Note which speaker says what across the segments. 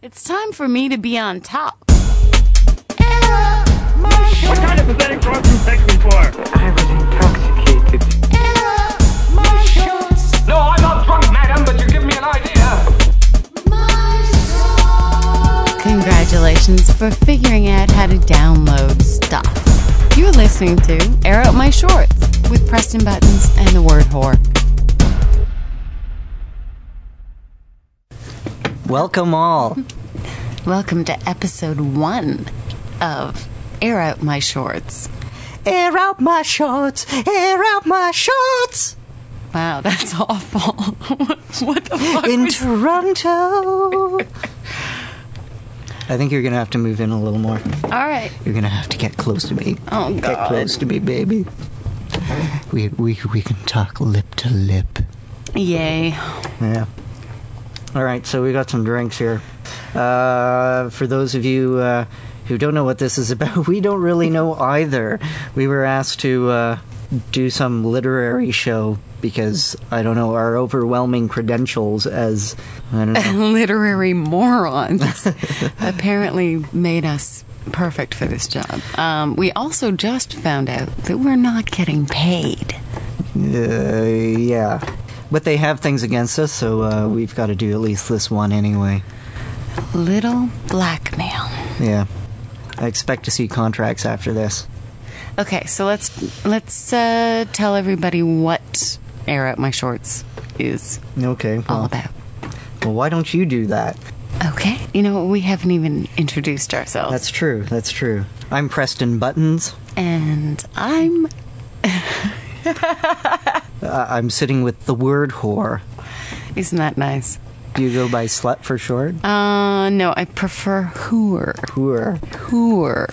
Speaker 1: It's time for me to be on top.
Speaker 2: What kind of pathetic drunk you take me for?
Speaker 3: I was intoxicated.
Speaker 4: No, I'm not drunk, madam, but you give me an idea.
Speaker 1: Congratulations for figuring out how to download stuff. You're listening to Air Out My Shorts with Preston Buttons and the word whore.
Speaker 5: Welcome all.
Speaker 1: Welcome to episode one of Air Out My Shorts.
Speaker 5: Air out my shorts. Air out my shorts.
Speaker 1: Wow, that's awful. what the fuck?
Speaker 5: In
Speaker 1: was-
Speaker 5: Toronto. I think you're gonna have to move in a little more.
Speaker 1: All right.
Speaker 5: You're gonna have to get close to me.
Speaker 1: Oh,
Speaker 5: Get
Speaker 1: God.
Speaker 5: close to me, baby. We we we can talk lip to lip.
Speaker 1: Yay.
Speaker 5: Yeah. All right, so we got some drinks here. Uh, for those of you uh, who don't know what this is about, we don't really know either. We were asked to uh, do some literary show because I don't know our overwhelming credentials as I don't know.
Speaker 1: Literary morons apparently made us perfect for this job. Um, we also just found out that we're not getting paid.
Speaker 5: uh, yeah, but they have things against us, so uh, we've got to do at least this one anyway.
Speaker 1: Little blackmail.
Speaker 5: Yeah, I expect to see contracts after this.
Speaker 1: Okay, so let's let's uh, tell everybody what air out my shorts is
Speaker 5: Okay.
Speaker 1: all
Speaker 5: well-
Speaker 1: about.
Speaker 5: well, why don't you do that?
Speaker 1: Okay, you know we haven't even introduced ourselves,
Speaker 5: That's true. That's true. I'm Preston Buttons.
Speaker 1: and I'm
Speaker 5: Uh, I'm sitting with the word whore.
Speaker 1: isn't that nice?
Speaker 5: Do you go by slut for short?
Speaker 1: Uh, no, I prefer hooer.
Speaker 5: Whore.
Speaker 1: Hooer.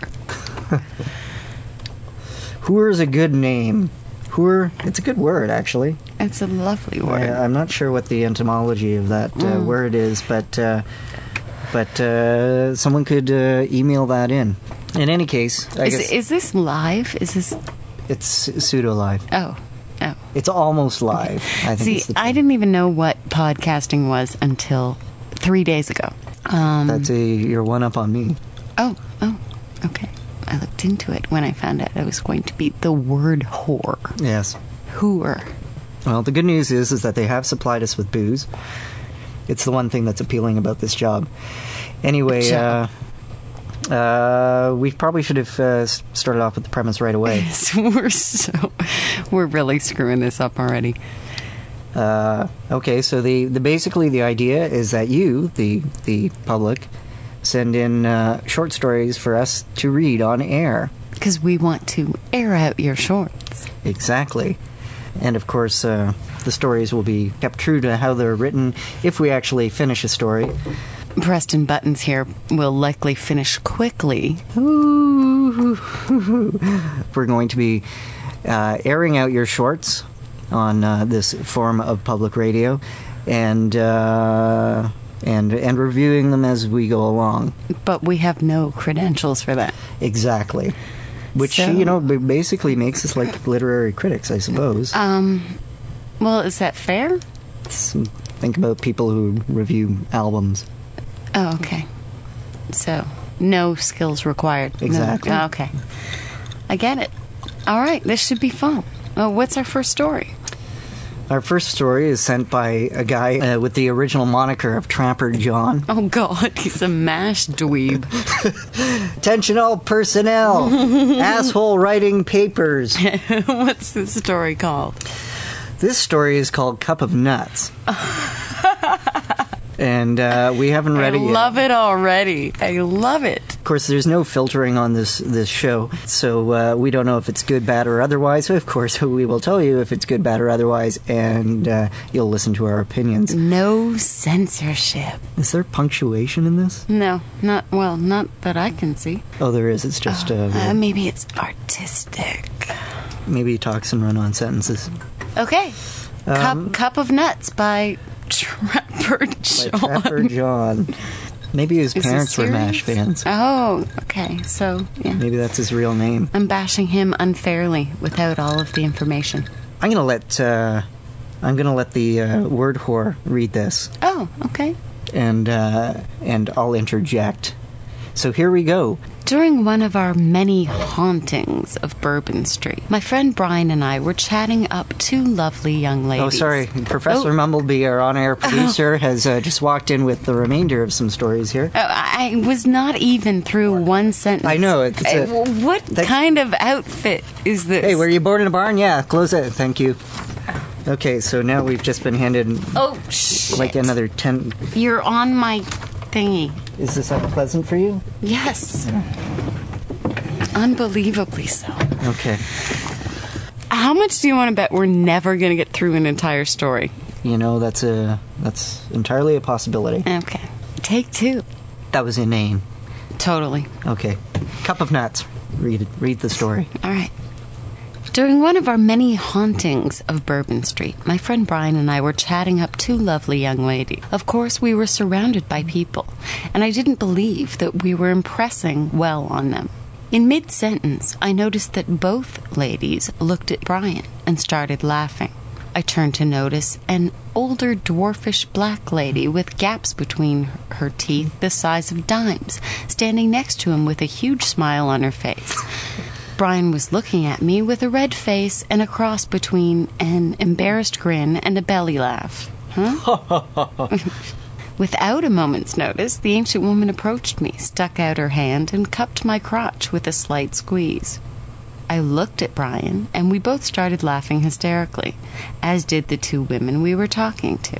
Speaker 5: Whore is a good name. Whore. It's a good word, actually.
Speaker 1: It's a lovely
Speaker 5: I,
Speaker 1: word.
Speaker 5: I'm not sure what the etymology of that uh,
Speaker 1: Mm.
Speaker 5: word is, but uh, but uh, someone could uh, email that in. In any case, I
Speaker 1: Is,
Speaker 5: guess
Speaker 1: is this live? Is this?
Speaker 5: it's pseudo live.
Speaker 1: Oh, oh.
Speaker 5: It's almost live. I think.
Speaker 1: See,
Speaker 5: it's the
Speaker 1: I didn't even know what podcasting was until three days ago. Um,
Speaker 5: That's a you're one up on me.
Speaker 1: oh, oh, okay. I looked into it when I found out I was going to be the word whore.
Speaker 5: Yes.
Speaker 1: Whore.
Speaker 5: Well, the good news is is that they have supplied us with booze. It's the one thing that's appealing about this job. Anyway, uh,
Speaker 1: Job.
Speaker 5: uh, we probably should have uh, s- started off with the premise right away.
Speaker 1: So we're so we're really screwing this up already.
Speaker 5: Uh, okay, so the, the basically the idea is that you, the the public, send in uh, short stories for us to read on air.
Speaker 1: Because we want to air out your shorts.
Speaker 5: Exactly. And of course, uh, the stories will be kept true to how they're written if we actually finish a story.
Speaker 1: Preston Buttons here will likely finish quickly.
Speaker 5: We're going to be uh, airing out your shorts on uh, this form of public radio, and uh, and and reviewing them as we go along.
Speaker 1: But we have no credentials for that.
Speaker 5: Exactly. Which
Speaker 1: So-
Speaker 5: you know ba- basically makes us like literary critics, I suppose.
Speaker 1: Um, well, is that fair?
Speaker 5: It's- Think about people who review albums.
Speaker 1: Oh, okay. So, no skills required. No-
Speaker 5: Exactly.
Speaker 1: oh, okay. I get it. All right, this should be fun. Well, what's our first story?
Speaker 5: Our first story is sent by a guy uh, with the original moniker of Trapper John.
Speaker 1: Oh, God, he's a mash dweeb.
Speaker 5: Attention, all personnel! Asshole writing papers.
Speaker 1: what's this story called?
Speaker 5: This story is called Cup of Nuts. and uh, we haven't read
Speaker 1: I
Speaker 5: it yet.
Speaker 1: love it already. I love it.
Speaker 5: Of course, there's no filtering on this, this show, so uh, we don't know if it's good, bad, or otherwise. So, of course, we will tell you if it's good, bad, or otherwise, and uh, you'll listen to our opinions.
Speaker 1: No censorship.
Speaker 5: Is there punctuation in this?
Speaker 1: No, not, well, not that I can see.
Speaker 5: Oh, there is. It's just
Speaker 1: Uh,
Speaker 5: uh,
Speaker 1: maybe it's artistic.
Speaker 5: maybe talks and run on sentences.
Speaker 1: Okay. cup, cup of Nuts by Trapper
Speaker 5: Um, By
Speaker 1: John.
Speaker 5: Trapper John. Maybe his
Speaker 1: Is this
Speaker 5: parents were MASH
Speaker 1: serious?
Speaker 5: fans.
Speaker 1: Oh, okay. So, yeah.
Speaker 5: Maybe that's his real name.
Speaker 1: I'm bashing him unfairly without all of the information.
Speaker 5: I'm gonna let uh, I'm gonna let the uh, word whore read this.
Speaker 1: Oh, okay.
Speaker 5: and uh, and I'll interject. So here we go.
Speaker 1: During one of our many hauntings of Bourbon Street, my friend Brian and I were chatting up two lovely young ladies.
Speaker 5: Oh, sorry, Professor
Speaker 1: Oh. Uh-huh.
Speaker 5: Mumblebee, our on-air producer, has uh, just walked in with the remainder of some stories here.
Speaker 1: Oh, I I was not even through one sentence.
Speaker 5: I know, it's
Speaker 1: Uh,
Speaker 5: a-
Speaker 1: w- what
Speaker 5: Thank-
Speaker 1: kind of outfit is this?
Speaker 5: Hey, were you born in a barn? Yeah, close it. Thank you. Okay, so now we've just been handed
Speaker 1: Oh, shit.
Speaker 5: like another ten.
Speaker 1: You're on my thingy.
Speaker 5: Is this unpleasant for you?
Speaker 1: Yes. Unbelievably so.
Speaker 5: Okay,
Speaker 1: How much do you want to bet we're never going to get through an entire story?
Speaker 5: you know that's a that's entirely a possibility.
Speaker 1: Okay. Take two.
Speaker 5: That was inane.
Speaker 1: Totally.
Speaker 5: Okay, cup of nuts. Read read the story.
Speaker 1: All right. During one of our many hauntings of Bourbon Street, my friend Brian and I were chatting up two lovely young ladies. Of course, we were surrounded by people, and I didn't believe that we were impressing well on them. In mid sentence, I noticed that both ladies looked at Brian and started laughing. I turned to notice an older, dwarfish black lady with gaps between her teeth the size of dimes standing next to him with a huge smile on her face. Brian was looking at me with a red face and a cross between an embarrassed grin and a belly laugh. Huh? Without a moment's notice, the ancient woman approached me, stuck out her hand, and cupped my crotch with a slight squeeze. I looked at Brian, and we both started laughing hysterically, as did the two women we were talking to.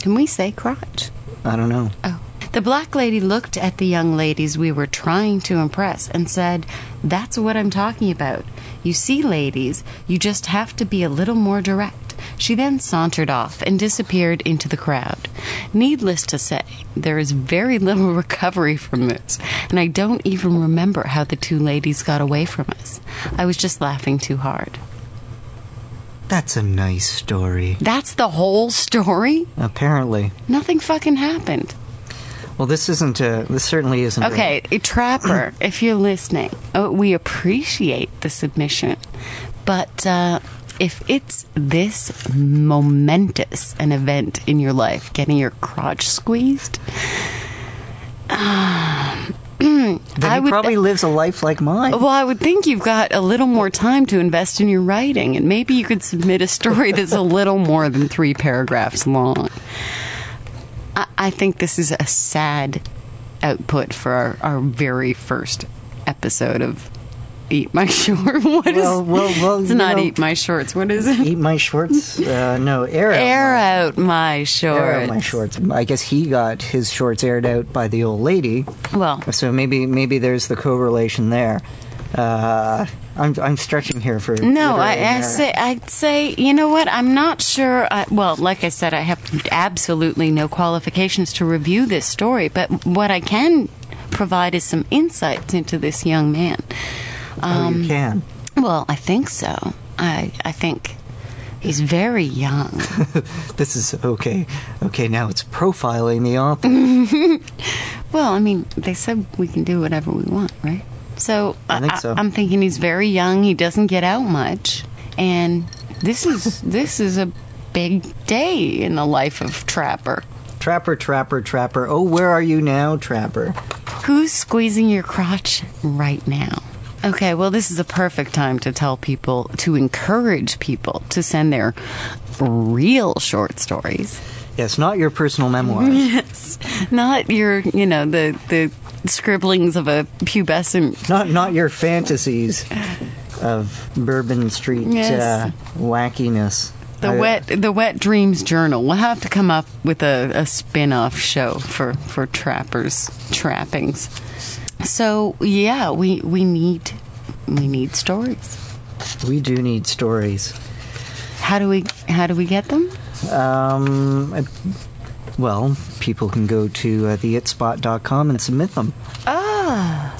Speaker 1: Can we say crotch?
Speaker 5: I don't know.
Speaker 1: Oh. The black lady looked at the young ladies we were trying to impress and said, That's what I'm talking about. You see, ladies, you just have to be a little more direct. She then sauntered off and disappeared into the crowd. Needless to say, there is very little recovery from this, and I don't even remember how the two ladies got away from us. I was just laughing too hard.
Speaker 5: That's a nice story.
Speaker 1: That's the whole story?
Speaker 5: Apparently.
Speaker 1: Nothing fucking happened.
Speaker 5: Well, this isn't a. This certainly isn't. a-
Speaker 1: Okay, a Trapper, if you're listening, uh, we appreciate the submission. But uh, if it's this momentous an event in your life, getting your crotch squeezed,
Speaker 5: then
Speaker 1: I
Speaker 5: he
Speaker 1: would- Oh,
Speaker 5: probably lives a life like mine.
Speaker 1: well, I would think you've got a little more time to invest in your writing, and maybe you could submit a story that's a little more than three paragraphs long. I, I think this is a sad output for our, our very first episode of Eat My Shorts. What is?
Speaker 5: Well, well, well,
Speaker 1: it's
Speaker 5: you
Speaker 1: not
Speaker 5: know-
Speaker 1: Eat My Shorts. What is it?
Speaker 5: Eat my shorts? Uh, no, air out.
Speaker 1: Air out my
Speaker 5: my-
Speaker 1: shorts.
Speaker 5: air out my shorts. I guess he got his shorts aired out by the old lady.
Speaker 1: Well,
Speaker 5: So maybe maybe there's the correlation there. Uh, I'm I'm stretching here for
Speaker 1: No,
Speaker 5: literary
Speaker 1: I, I
Speaker 5: merit.
Speaker 1: say I'd say you know what I'm not sure. I, well, like I said, I have absolutely no qualifications to review this story, but what I can provide is some insights into this young man. Um,
Speaker 5: Oh, you can.
Speaker 1: Well, I think so. I I think he's very young.
Speaker 5: This is okay. Okay, now it's profiling the author.
Speaker 1: Well, I mean, they said we can do whatever we want, right? So
Speaker 5: I think so.
Speaker 1: am thinking he's very young. He doesn't get out much, and this is this is a big day in the life of Trapper.
Speaker 5: trapper, trapper, trapper. Oh, where are you now, trapper?
Speaker 1: Who's squeezing your crotch right now? Okay, well, this is a perfect time to tell people, to encourage people to send their real short stories.
Speaker 5: Yes, not your personal memoir.
Speaker 1: Yes. Not your, you know, the, the scribblings of a pubescent.
Speaker 5: not not your fantasies of Bourbon Street
Speaker 1: Yes.
Speaker 5: uh, wackiness.
Speaker 1: The
Speaker 5: I- uh,
Speaker 1: wet, the wet dreams journal. We'll have to come up with a, a spin-off show for for trappers trappings. So yeah, we we need we need stories.
Speaker 5: We do need stories.
Speaker 1: How do we how do we get them?
Speaker 5: Um, I- well, people can go to uh, theitspot.com and submit them. Ah.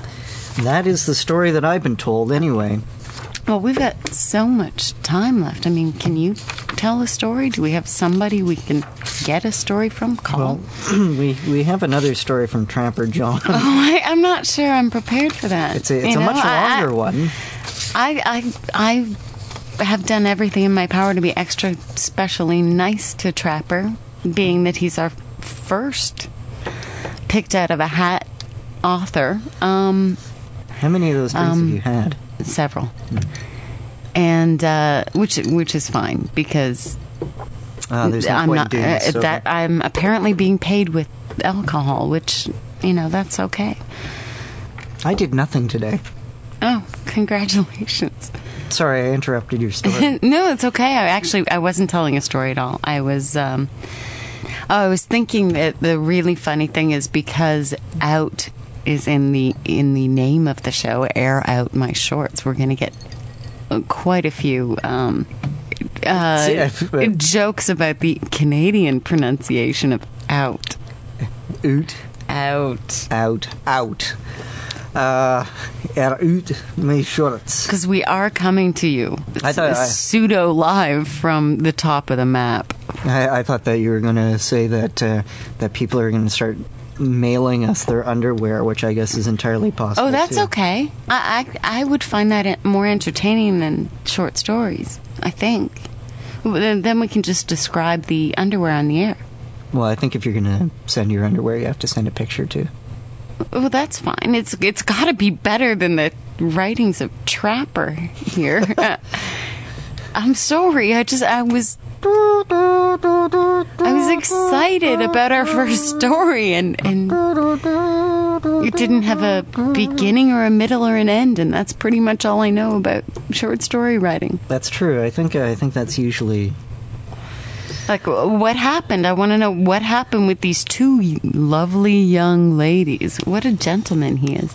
Speaker 5: That is the story that I've been told, anyway.
Speaker 1: Well, we've got so much time left. I mean, can you tell a story? Do we have somebody we can get a story from? Call.
Speaker 5: Well, we we have another story from Trapper John.
Speaker 1: oh, I, I'm not sure I'm prepared for that.
Speaker 5: It's a, it's
Speaker 1: You
Speaker 5: a
Speaker 1: know,
Speaker 5: much
Speaker 1: I-
Speaker 5: longer one.
Speaker 1: I, I, I have done everything in my power to be extra specially nice to Trapper, being that he's our first picked out of a hat author, um,
Speaker 5: How many of those drinks
Speaker 1: Um,
Speaker 5: have you had?
Speaker 1: several, and uh, which which is fine because
Speaker 5: Uh, there's no
Speaker 1: I'm
Speaker 5: point
Speaker 1: not
Speaker 5: doing
Speaker 1: uh,
Speaker 5: this sober.
Speaker 1: that I'm apparently being paid with alcohol, which you know that's okay.
Speaker 5: I did nothing today.
Speaker 1: Oh, congratulations.
Speaker 5: Sorry, I interrupted your story.
Speaker 1: no, it's okay. I actually I wasn't telling a story at all. I was um oh, I was thinking that the really funny thing is because out is in the in the name of the show, air out my shorts. We're going to get uh, quite a few um uh,
Speaker 5: Yeah, but-
Speaker 1: jokes about the Canadian pronunciation of out.
Speaker 5: Oot,
Speaker 1: Out.
Speaker 5: out, out. Uh, er oot me shorts.
Speaker 1: Because we are coming to you
Speaker 5: I thought I-
Speaker 1: pseudo live from the top of the map.
Speaker 5: I, I thought that you were going to say that uh, that people are going to start mailing us their underwear, which I guess is entirely possible.
Speaker 1: Oh, that's
Speaker 5: too.
Speaker 1: okay. I, I I would find that en- more entertaining than short stories. I think. Well, Then then we can just describe the underwear on the air.
Speaker 5: Well, I think if you're going to send your underwear, you have to send a picture too.
Speaker 1: Oh, that's fine. It's it's got to be better than the writings of Trapper here. I'm sorry. I just I was I was excited about our first story and and it didn't have a beginning or a middle or an end, and that's pretty much all I know about short story writing.
Speaker 5: That's true. I think I think that's usually
Speaker 1: Like, wh- what happened? I want to know what happened with these two y- lovely young ladies. What a gentleman he is.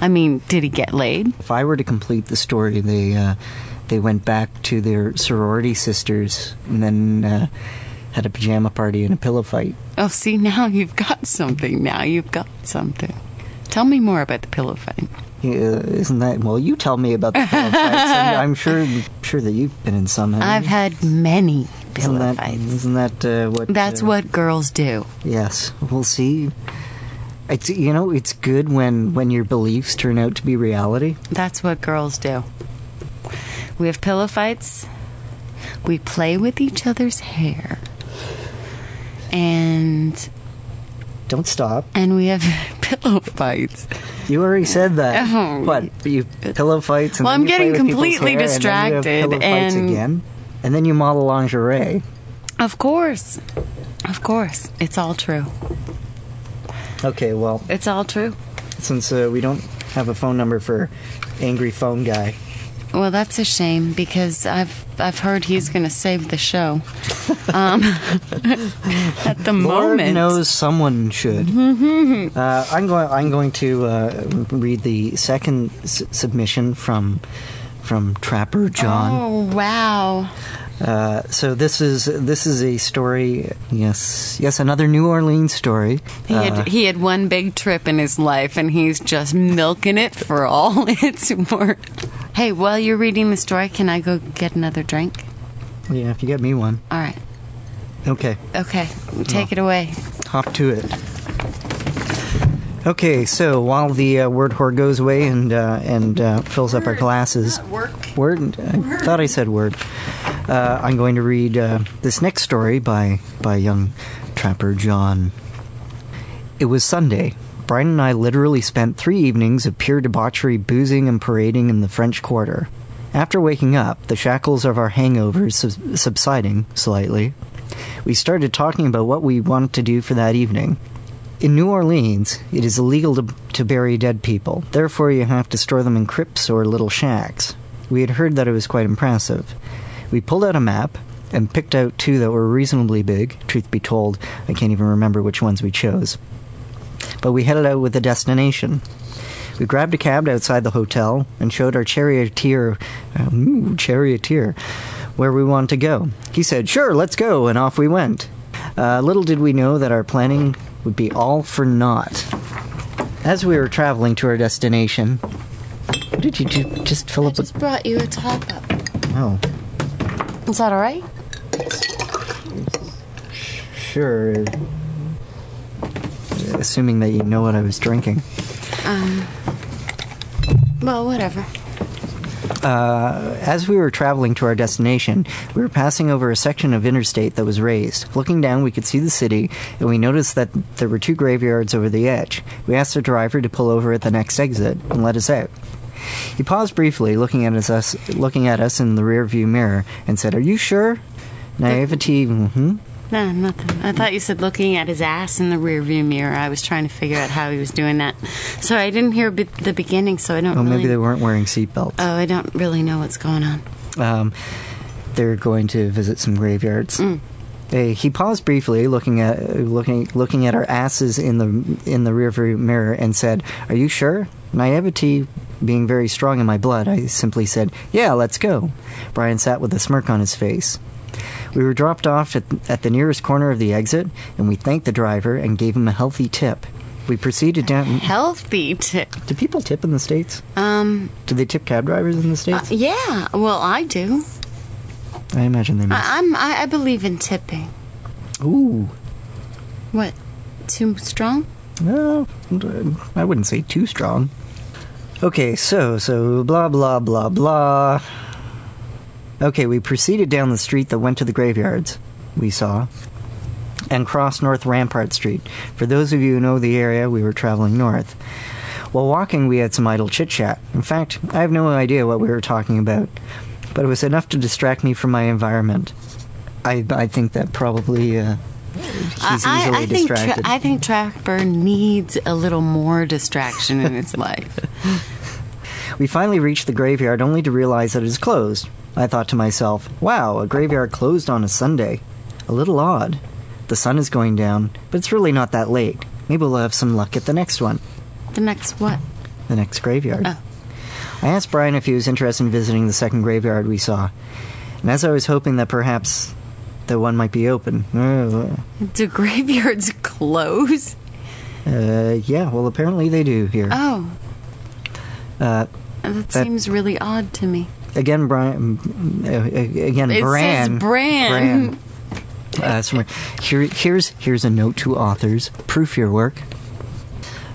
Speaker 1: I mean, did he get laid?
Speaker 5: If I were to complete the story, they uh, they went back to their sorority sisters and then uh, had a pajama party and a pillow fight.
Speaker 1: Oh, see, now you've got something. Now you've got something. Tell me more about the pillow fight.
Speaker 5: Yeah, isn't that well? You tell me about the pillow fights. and I'm sure sure that you've been in some. haven't
Speaker 1: I've
Speaker 5: you?
Speaker 1: had many
Speaker 5: Isn't
Speaker 1: pillow
Speaker 5: that,
Speaker 1: fights.
Speaker 5: isn't that uh, what?
Speaker 1: That's
Speaker 5: uh,
Speaker 1: what girls do.
Speaker 5: Yes, we'll see. It's you know it's good when when your beliefs turn out to be reality.
Speaker 1: That's what girls do. We have pillow fights. We play with each other's hair. And
Speaker 5: Don't stop.
Speaker 1: and we have pillow fights.
Speaker 5: You already said that.
Speaker 1: Oh.
Speaker 5: What you pillow fights? And
Speaker 1: Well,
Speaker 5: then
Speaker 1: I'm
Speaker 5: you play
Speaker 1: getting
Speaker 5: with people's
Speaker 1: completely
Speaker 5: hair, and then you have
Speaker 1: distracted,
Speaker 5: pillow fights
Speaker 1: and-
Speaker 5: again, and then you model lingerie.
Speaker 1: Of course. Of course. It's all true.
Speaker 5: Okay, well,
Speaker 1: It's all true.
Speaker 5: since uh, we don't have a phone number for angry phone guy,
Speaker 1: Well, that's a shame because I've I've heard he's going to save the show. Um, at the
Speaker 5: Lord
Speaker 1: moment,
Speaker 5: knows someone should. uh, I'm going. I'm going to uh, read the second s- submission from from Trapper John.
Speaker 1: Oh wow!
Speaker 5: Uh, so this is this is a story. Yes, yes, another New Orleans story.
Speaker 1: He
Speaker 5: Uh.
Speaker 1: had he had one big trip in his life, and he's just milking it for all it's worth. Hey, while you're reading the story, can I go get another drink?
Speaker 5: Yeah, if you get me one.
Speaker 1: All right.
Speaker 5: Okay.
Speaker 1: Okay, take it away.
Speaker 5: hop to it. Okay, so while the uh, word whore goes away and uh, and uh, fills up our glasses,
Speaker 1: work.
Speaker 5: word. I thought I said word. Uh, I'm going to read uh, this next story by by young trapper John. It was Sunday. Brian and I literally spent three evenings of pure debauchery, boozing and parading in the French Quarter. After waking up, the shackles of our hangovers sub- subsiding slightly, we started talking about what we wanted to do for that evening. In New Orleans, it is illegal to, to bury dead people, therefore, you have to store them in crypts or little shacks. We had heard that it was quite impressive. We pulled out a map and picked out two that were reasonably big. Truth be told, I can't even remember which ones we chose but we headed out with a destination. We grabbed a cab outside the hotel and showed our charioteer, um, ooh, charioteer, where we wanted to go. He said, "Sure, let's go," and off we went. Uh, little did we know that our planning would be all for naught. As we were traveling to our destination, what did you do? Just fill up a
Speaker 1: Brought you a top up.
Speaker 5: oh,
Speaker 1: Is that all right?
Speaker 5: sure. Assuming that you know what I was drinking.
Speaker 1: Well, whatever.
Speaker 5: uh, as we were traveling to our destination, we were passing over a section of interstate that was raised. Looking down, we could see the city, and we noticed that there were two graveyards over the edge. We asked the driver to pull over at the next exit and let us out. He paused briefly, looking at us, looking at us in the rearview mirror, and said, "Are you sure?" Naivety. hmm
Speaker 1: No, nothing. I thought you said looking at his ass in the rearview mirror. I was trying to figure out how he was doing that. So I didn't hear be- the beginning, so I don't
Speaker 5: Oh,
Speaker 1: really.
Speaker 5: maybe they weren't wearing seatbelts.
Speaker 1: Oh, I don't really know what's going on.
Speaker 5: Um, they're going to visit some graveyards. Uh, he paused briefly, looking at looking looking at our asses in the in the rearview mirror, and said, "Are you sure?" Naivety being very strong in my blood, I simply said, "Yeah, let's go." Brian sat with a smirk on his face. We were dropped off at, at the nearest corner of the exit, and we thanked the driver and gave him a healthy tip. We proceeded down.
Speaker 1: Healthy tip.
Speaker 5: Do people tip in the states?
Speaker 1: Um, uh,
Speaker 5: Do they tip cab drivers in the states?
Speaker 1: yeah. Well, I do.
Speaker 5: I imagine they must.
Speaker 1: I, I'm. I, I believe in tipping.
Speaker 5: Ooh.
Speaker 1: What? Too strong?
Speaker 5: No, I wouldn't say too strong. Okay, so, so, blah, blah, blah, blah. Okay, we proceeded down the street that went to the graveyards, we saw, and crossed North Rampart Street. For those of you who know the area, we were traveling north. While walking, we had some idle chit chat. In fact, I have no idea what we were talking about, but it was enough to distract me from my environment. I, I think that probably uh, he's
Speaker 1: I,
Speaker 5: easily
Speaker 1: I, I think tra-
Speaker 5: distracted.
Speaker 1: I think Trapper needs a little more distraction in his life.
Speaker 5: We finally reached the graveyard only to realize that it is closed. I thought to myself, wow, a graveyard closed on a Sunday. A little odd. The sun is going down, but it's really not that late. Maybe we'll have some luck at the next one,
Speaker 1: The next what?
Speaker 5: the next graveyard.
Speaker 1: Oh.
Speaker 5: I asked Brian if he was interested in visiting the second graveyard we saw. And as I was hoping that perhaps the one might be open. Uh,
Speaker 1: Do graveyards close?
Speaker 5: uh, yeah, well, apparently they do here.
Speaker 1: Oh,
Speaker 5: Uh,
Speaker 1: that
Speaker 5: That-
Speaker 1: seems really odd to me.
Speaker 5: again, Brian. Uh, again,
Speaker 1: It
Speaker 5: Bran.
Speaker 1: says Bran.
Speaker 5: Bran. Uh, somewhere. Here, here's here's a note to authors. Proof your work.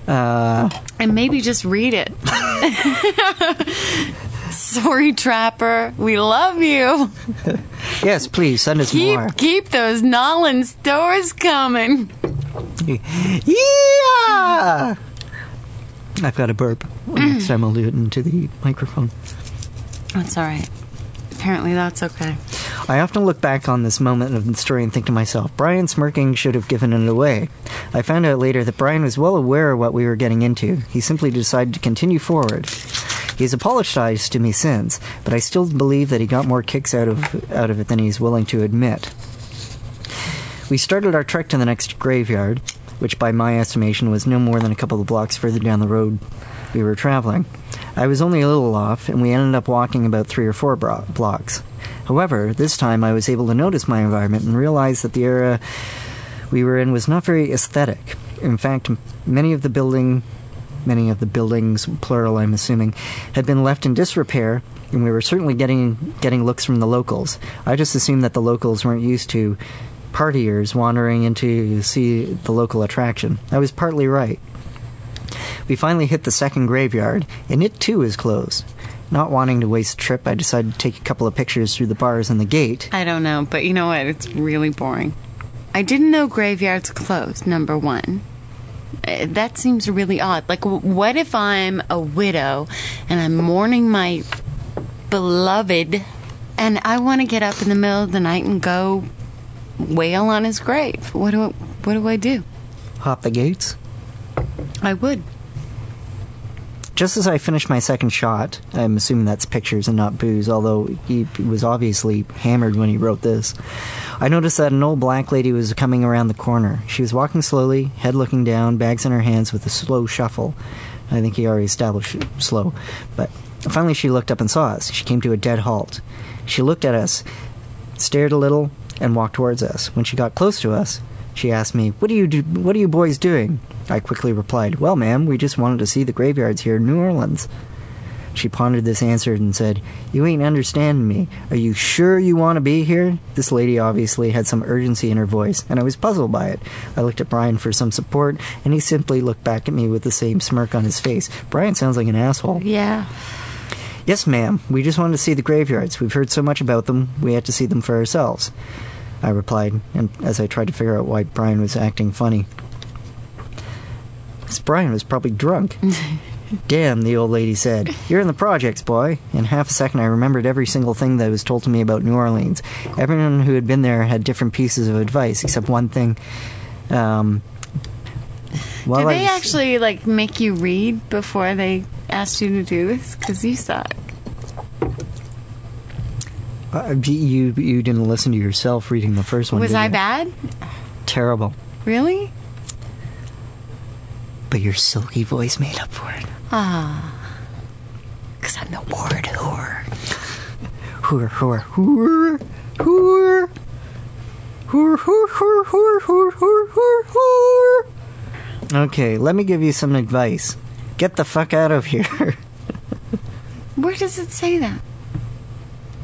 Speaker 5: Uh,
Speaker 1: And maybe just read it. Sorry, Trapper. We love you.
Speaker 5: yes, please send us
Speaker 1: Keep
Speaker 5: more.
Speaker 1: keep those Nolan stores coming.
Speaker 5: Yeah. I've got a burp.
Speaker 1: Mm.
Speaker 5: Next time I'll do it into the microphone.
Speaker 1: That's all right. Apparently, that's okay.
Speaker 5: I often look back on this moment of the story and think to myself, Brian smirking should have given it away. I found out later that Brian was well aware of what we were getting into. He simply decided to continue forward. He's apologized to me since, but I still believe that he got more kicks out of out of it than he's willing to admit. We started our trek to the next graveyard, which by my estimation was no more than a couple of blocks further down the road we were traveling. I was only a little off, and we ended up walking about three or four bro- blocks. However, this time I was able to notice my environment and realize that the area we were in was not very aesthetic. In fact, many of the building many of the buildings, plural, I'm assuming, had been left in disrepair, and we were certainly getting getting looks from the locals. I just assumed that the locals weren't used to partiers wandering in to see the local attraction. I was partly right. We finally hit the second graveyard, and it too is closed. Not wanting to waste a trip, I decided to take a couple of pictures through the bars and the gate.
Speaker 1: I don't know, but you know what? It's really boring. I didn't know graveyards closed, number one. Uh, That seems really odd. Like, w- what if I'm a widow and I'm mourning my beloved and I want to get up in the middle of the night and go wail on his grave? What do I, what do I do?
Speaker 5: Hop the gates.
Speaker 1: I would.
Speaker 5: Just as I finished my second shot, I'm assuming that's pictures and not booze, although he was obviously hammered when he wrote this. I noticed that an old black lady was coming around the corner. She was walking slowly, head looking down, bags in her hands with a slow shuffle. I think he already established slow, but finally she looked up and saw us. She came to a dead halt. She looked at us, stared a little, and walked towards us. When she got close to us, she asked me, "What are you do- What are you boys doing?" I quickly replied, "Well, ma'am, we just wanted to see the graveyards here in New Orleans." She pondered this answer and said, "You ain't understanding me. Are you sure you want to be here?" This lady obviously had some urgency in her voice, and I was puzzled by it. I looked at Brian for some support, and he simply looked back at me with the same smirk on his face. Brian sounds like an asshole.
Speaker 1: Yeah.
Speaker 5: Yes, ma'am. We just wanted to see the graveyards. We've heard so much about them, we had to see them for ourselves. I replied, and as I tried to figure out why Brian was acting funny. Because Brian was probably drunk. Damn, the old lady said. You're in the projects, boy. In half a second, I remembered every single thing that was told to me about New Orleans. Everyone who had been there had different pieces of advice, except one thing. Um,
Speaker 1: Did
Speaker 5: while I
Speaker 1: they
Speaker 5: was-
Speaker 1: actually like make you read before they asked you to do this? Because you suck.
Speaker 5: Uh, you you didn't listen to yourself reading the first one.
Speaker 1: Was
Speaker 5: did
Speaker 1: I
Speaker 5: you?
Speaker 1: bad?
Speaker 5: Terrible.
Speaker 1: Really?
Speaker 5: But your silky voice made up for it. Ah.
Speaker 1: Because I'm the ward whore.
Speaker 5: Hoor hoor hoor hoor hoor hoor hoor hoor hoor hoor hoor hoor. Okay, let me give you some advice. Get the fuck out of here.
Speaker 1: Where does it say that?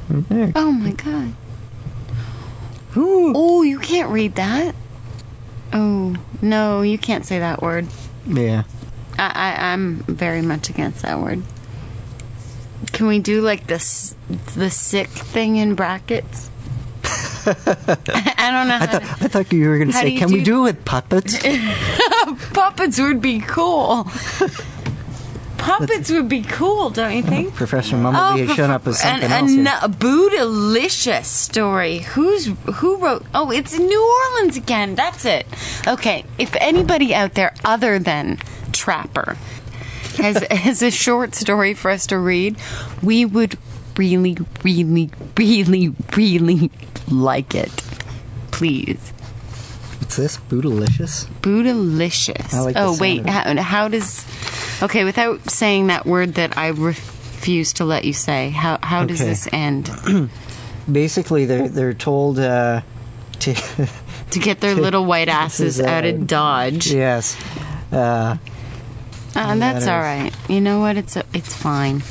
Speaker 5: Right there.
Speaker 1: Oh my god.
Speaker 5: Ooh.
Speaker 1: Oh, you can't read that. Oh no, you can't say that word.
Speaker 5: Yeah.
Speaker 1: I, I I'm very much against that word. Can we do like this the sick thing in brackets? I, I don't know. How
Speaker 5: I thought I thought you were gonna
Speaker 1: How do
Speaker 5: say,
Speaker 1: you
Speaker 5: "Can we
Speaker 1: do-
Speaker 5: do it with puppets?"
Speaker 1: to- puppets would be cool. puppets would be cool, don't you think?
Speaker 5: Professor Mumblebee had shown up with
Speaker 1: Oh, an-
Speaker 5: something else. here.
Speaker 1: an- a bootylicious story. Who's who wrote? Oh, it's New Orleans again. That's it. Okay, if anybody out there other than Trapper has has a short story for us to read, we would really, really, really, really like it. Please,
Speaker 5: What's this? Bootalicious?
Speaker 1: bootylicious.
Speaker 5: I like the
Speaker 1: oh
Speaker 5: sound
Speaker 1: wait,
Speaker 5: of it.
Speaker 1: how, how does? Okay, without saying that word that I refuse to let you say, how how does
Speaker 5: Okay.
Speaker 1: this end?
Speaker 5: Basically, they're they're told uh, to.
Speaker 1: to get their little white asses
Speaker 5: Is, uh,
Speaker 1: out of Dodge.
Speaker 5: yes. Uh,
Speaker 1: Uh, that's
Speaker 5: That
Speaker 1: all right.
Speaker 5: is-
Speaker 1: You know what? It's uh, it's fine.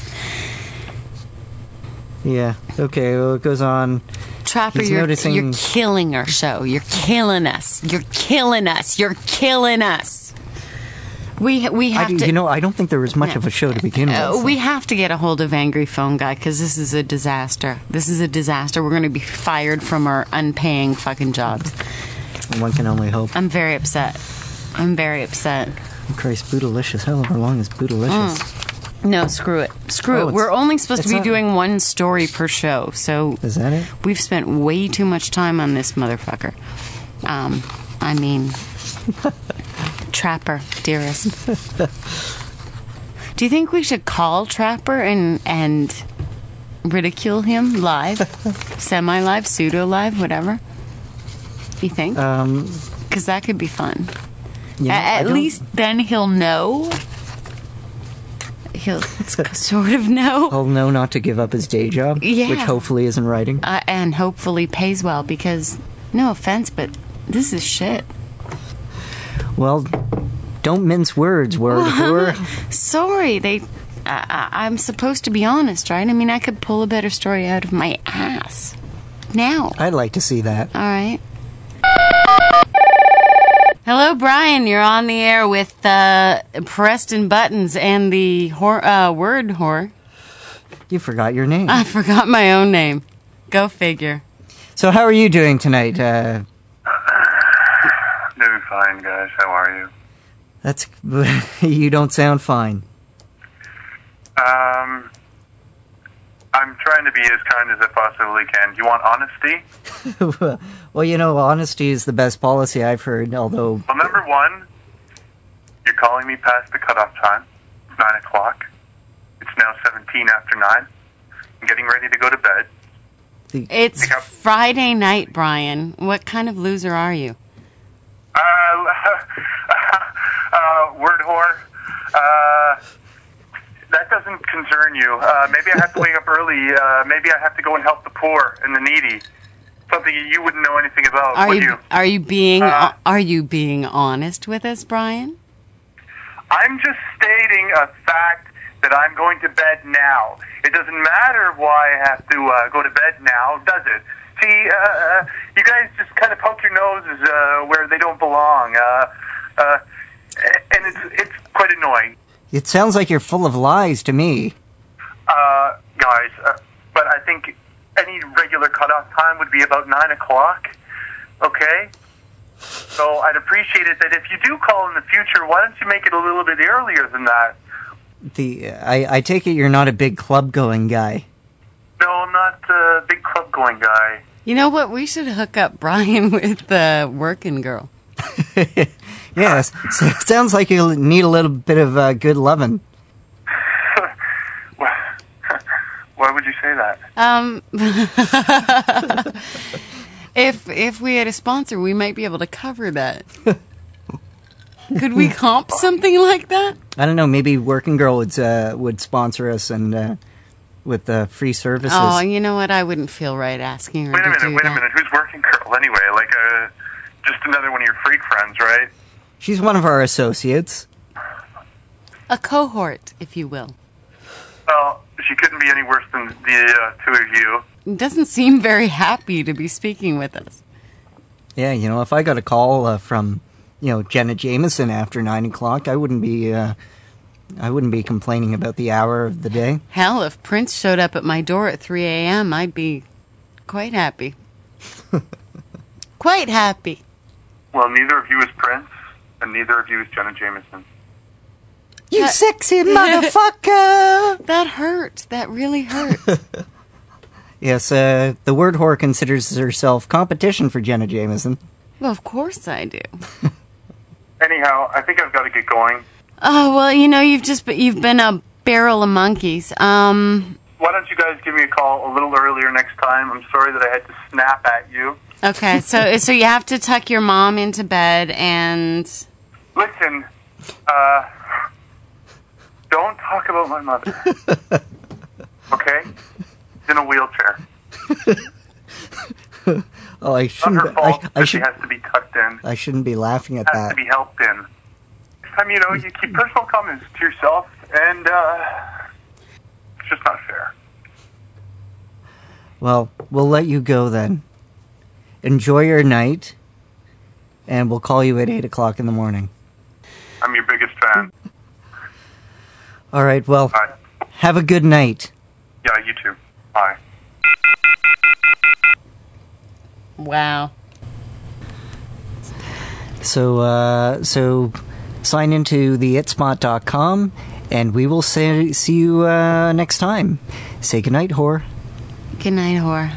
Speaker 5: yeah. Okay. Well, it goes on.
Speaker 1: Trapper,
Speaker 5: He's
Speaker 1: you're,
Speaker 5: noticing-
Speaker 1: you're killing our show. You're killing us. You're killing us. You're killing us. We we
Speaker 5: I,
Speaker 1: have to.
Speaker 5: you know, I don't think there was much of a show to begin with.
Speaker 1: Uh,
Speaker 5: so-
Speaker 1: we have to get a hold of Angry Phone Guy because this is a disaster. This is a disaster. We're going to be fired from our unpaying fucking jobs.
Speaker 5: One can only hope.
Speaker 1: I'm very upset. I'm very upset.
Speaker 5: Christ, Bootalicious. However long is Bootalicious?
Speaker 1: No, screw it. Screw
Speaker 5: Oh,
Speaker 1: it.
Speaker 5: it's-
Speaker 1: We're only supposed to
Speaker 5: it's
Speaker 1: be
Speaker 5: not-
Speaker 1: doing one story per show, so
Speaker 5: Is that it?
Speaker 1: We've spent way too much time on this motherfucker. Um, I mean, Trapper, dearest. Do you think we should call Trapper and and ridicule him live, semi live, pseudo live, whatever? You think?
Speaker 5: Um,
Speaker 1: Because that could be fun.
Speaker 5: you
Speaker 1: Mm. A-
Speaker 5: know, I
Speaker 1: at
Speaker 5: don't-
Speaker 1: least then he'll know. He'll sort of know.
Speaker 5: I'll know not to give up his day job,
Speaker 1: Yeah.
Speaker 5: which hopefully isn't writing.
Speaker 1: uh, and hopefully pays well because no offense but this is shit
Speaker 5: Well, don't mince words, word. word.
Speaker 1: sorry they I I- i'm supposed to be honest right i mean i could pull a better story out of my ass now all
Speaker 5: I'd like to see that.
Speaker 1: right hello brian you're on the air with uh, preston buttons and the hor- uh, word whore
Speaker 5: You forgot your name.
Speaker 1: i forgot my own name go figure
Speaker 5: So, how are you doing tonight? Uh,
Speaker 6: Doing fine, guys. How are you?
Speaker 5: that's. you don't sound fine.
Speaker 6: Um, I'm trying to be as kind as I possibly can. Do you want honesty?
Speaker 5: well, you know, honesty is the best policy I've heard, although.
Speaker 6: Well, number one, you're calling me past the cutoff time, nine o'clock. It's now seventeen after nine. I'm getting ready to go to bed.
Speaker 1: it's
Speaker 6: Pick up.
Speaker 1: friday night brian what kind of loser are you
Speaker 6: Uh, uh, word whore. Uh, that doesn't concern you. Uh, maybe I have to wake up early. Uh, maybe I have to go and help the poor and the needy. Something you wouldn't know anything about,
Speaker 1: Are
Speaker 6: would
Speaker 1: you,
Speaker 6: you?
Speaker 1: are you being
Speaker 6: Uh,
Speaker 1: are you being honest with us, Brian?
Speaker 6: I'm just stating a fact that I'm going to bed now. It doesn't matter why I have to uh, go to bed now, does it? See, uh, uh, you guys just kind of poke your noses uh, where they don't belong, uh, uh, and it's it's quite annoying.
Speaker 5: It sounds like you're full of lies to me.
Speaker 6: Uh, cutoff time would be about 9 o'clock. Okay? So I'd appreciate it that if you do call in the future, why don't you make it a little bit earlier than that?
Speaker 5: The I, I take it you're not a big club going guy.
Speaker 6: No, I'm not a big club going guy.
Speaker 1: You know what? We should hook up Brian with the working girl.
Speaker 5: Yes, so it sounds like you need a little bit of uh, good loving.
Speaker 6: Why would you say that?
Speaker 1: Um, if if we had a sponsor, we might be able to cover that. Could we comp something like that?
Speaker 5: I don't know. Maybe Working Girl would uh, would sponsor us and uh, with uh, free services.
Speaker 1: Oh, you know what? I wouldn't feel right asking her
Speaker 6: Wait a
Speaker 1: to do
Speaker 6: minute, wait
Speaker 1: that.
Speaker 6: a minute. Who's working girl anyway? Like, uh, just another one of your freak friends, right?
Speaker 5: She's one of our associates.
Speaker 1: A cohort, if you will.
Speaker 6: Well, she couldn't be any worse than the uh, two of you.
Speaker 1: Doesn't seem very happy to be speaking with us.
Speaker 5: Yeah, you know, if I got a call uh, from you know Jenna Jameson after nine o'clock, I wouldn't be uh, I wouldn't be complaining about the hour of the day.
Speaker 1: Hell, if Prince showed up at my door at 3 a.m., I'd be quite happy. quite happy.
Speaker 6: Well, neither of you is Prince, and neither of you is Jenna Jameson.
Speaker 5: You
Speaker 1: That-
Speaker 5: sexy motherfucker!
Speaker 1: That hurt. That really hurt.
Speaker 5: yes, uh, the word whore considers herself competition for Jenna Jameson.
Speaker 1: well, of course I do.
Speaker 6: Anyhow, I think I've got to get going.
Speaker 1: Oh well, you know you've just been, you've been a barrel of monkeys. Um,
Speaker 6: Why don't you guys give me a call a little earlier next time? I'm sorry that I had to snap at you.
Speaker 1: okay, so so you have to tuck your mom into bed, and
Speaker 6: Listen, uh, don't talk about my mother. Okay? She's in a wheelchair.
Speaker 5: Oh, I
Speaker 6: Not
Speaker 5: shouldn't.
Speaker 6: her fault
Speaker 5: I, I
Speaker 6: that she
Speaker 5: should. Uh,
Speaker 6: has to be tucked in,
Speaker 5: I shouldn't be laughing at
Speaker 6: has
Speaker 5: that.
Speaker 6: to be helped in. Next time, you know, you keep personal comments to yourself, and uh, it's just not fair.
Speaker 5: Well, we'll let you go then. Enjoy your night, and we'll call you at eight o'clock in the morning.
Speaker 6: I'm your biggest fan.
Speaker 5: Hmm. All right. Well,
Speaker 6: Bye.
Speaker 5: have a good night.
Speaker 6: Yeah, you too. Bye.
Speaker 1: wow,
Speaker 5: So, uh, so sign into the itspot.com, and we will say, see you uh, next time. Say goodnight, whore.
Speaker 1: good night, whore.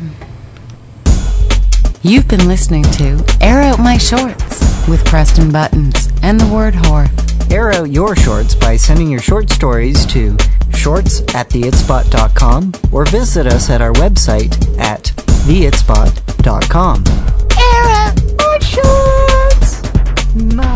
Speaker 1: You've been listening to "Air Out My Shorts" with Preston Buttons and the word whore.
Speaker 5: Air out your shorts by sending your short stories to shorts at theitspot.com or visit us at our website at theitspot.com. Air out my shorts! My